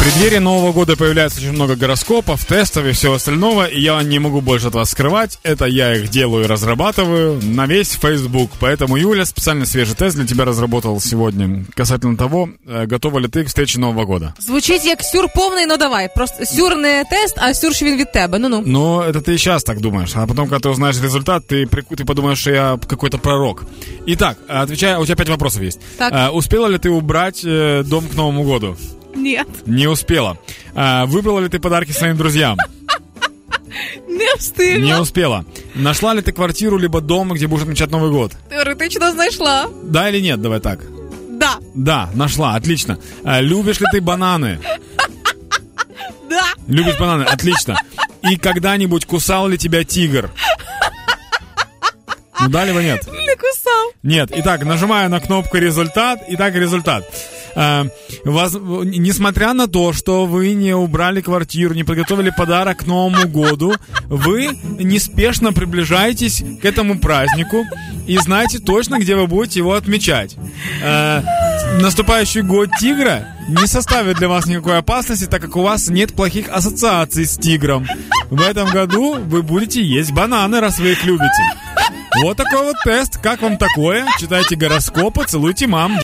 преддверии Нового года появляется очень много гороскопов, тестов и всего остального, и я не могу больше от вас скрывать. Это я их делаю и разрабатываю на весь Facebook. Поэтому, Юля, специально свежий тест для тебя разработал сегодня касательно того, э, готова ли ты к встрече Нового года. Звучить як сюр повний, ну давай. Просто сюр не тест, а сюр, що він від тебе. Ну ну. Но это ты сейчас так думаешь, а потом, когда ты узнаешь результат, ты, прику- ты подумаешь, что я какой-то пророк. Итак, отвечая, у тебя пять вопросов есть. Так. Э, успела ли ты убрать э, дом к Новому году? Ні. Не успела. А, выбрала ли ты подарки своим друзьям? Не встигла. Не успела. Нашла ли ты квартиру либо дом, где будешь отмечать Новый год? Теоретично знайшла. Да или нет? Давай так. Да. Да, нашла, отлично. А, любишь ли ты бананы? Да. Любишь бананы, отлично. И когда-нибудь кусал ли тебя тигр? Ну, да либо нет? Не кусав. Нет. Итак, нажимаю на кнопку результат. Итак, результат. Э, воз- Несмотря на то, что вы не убрали квартиру, не подготовили подарок к Новому году, вы неспешно приближаетесь к этому празднику и знаете точно, где вы будете его отмечать. Э, Наступающий год тигра не составит для вас никакой опасности, так как у вас нет плохих ассоциаций с тигром. В этом году вы будете есть бананы, раз вы их любите. Вот такой вот тест. Как вам такое? Читайте гороскопы, целуйте мам.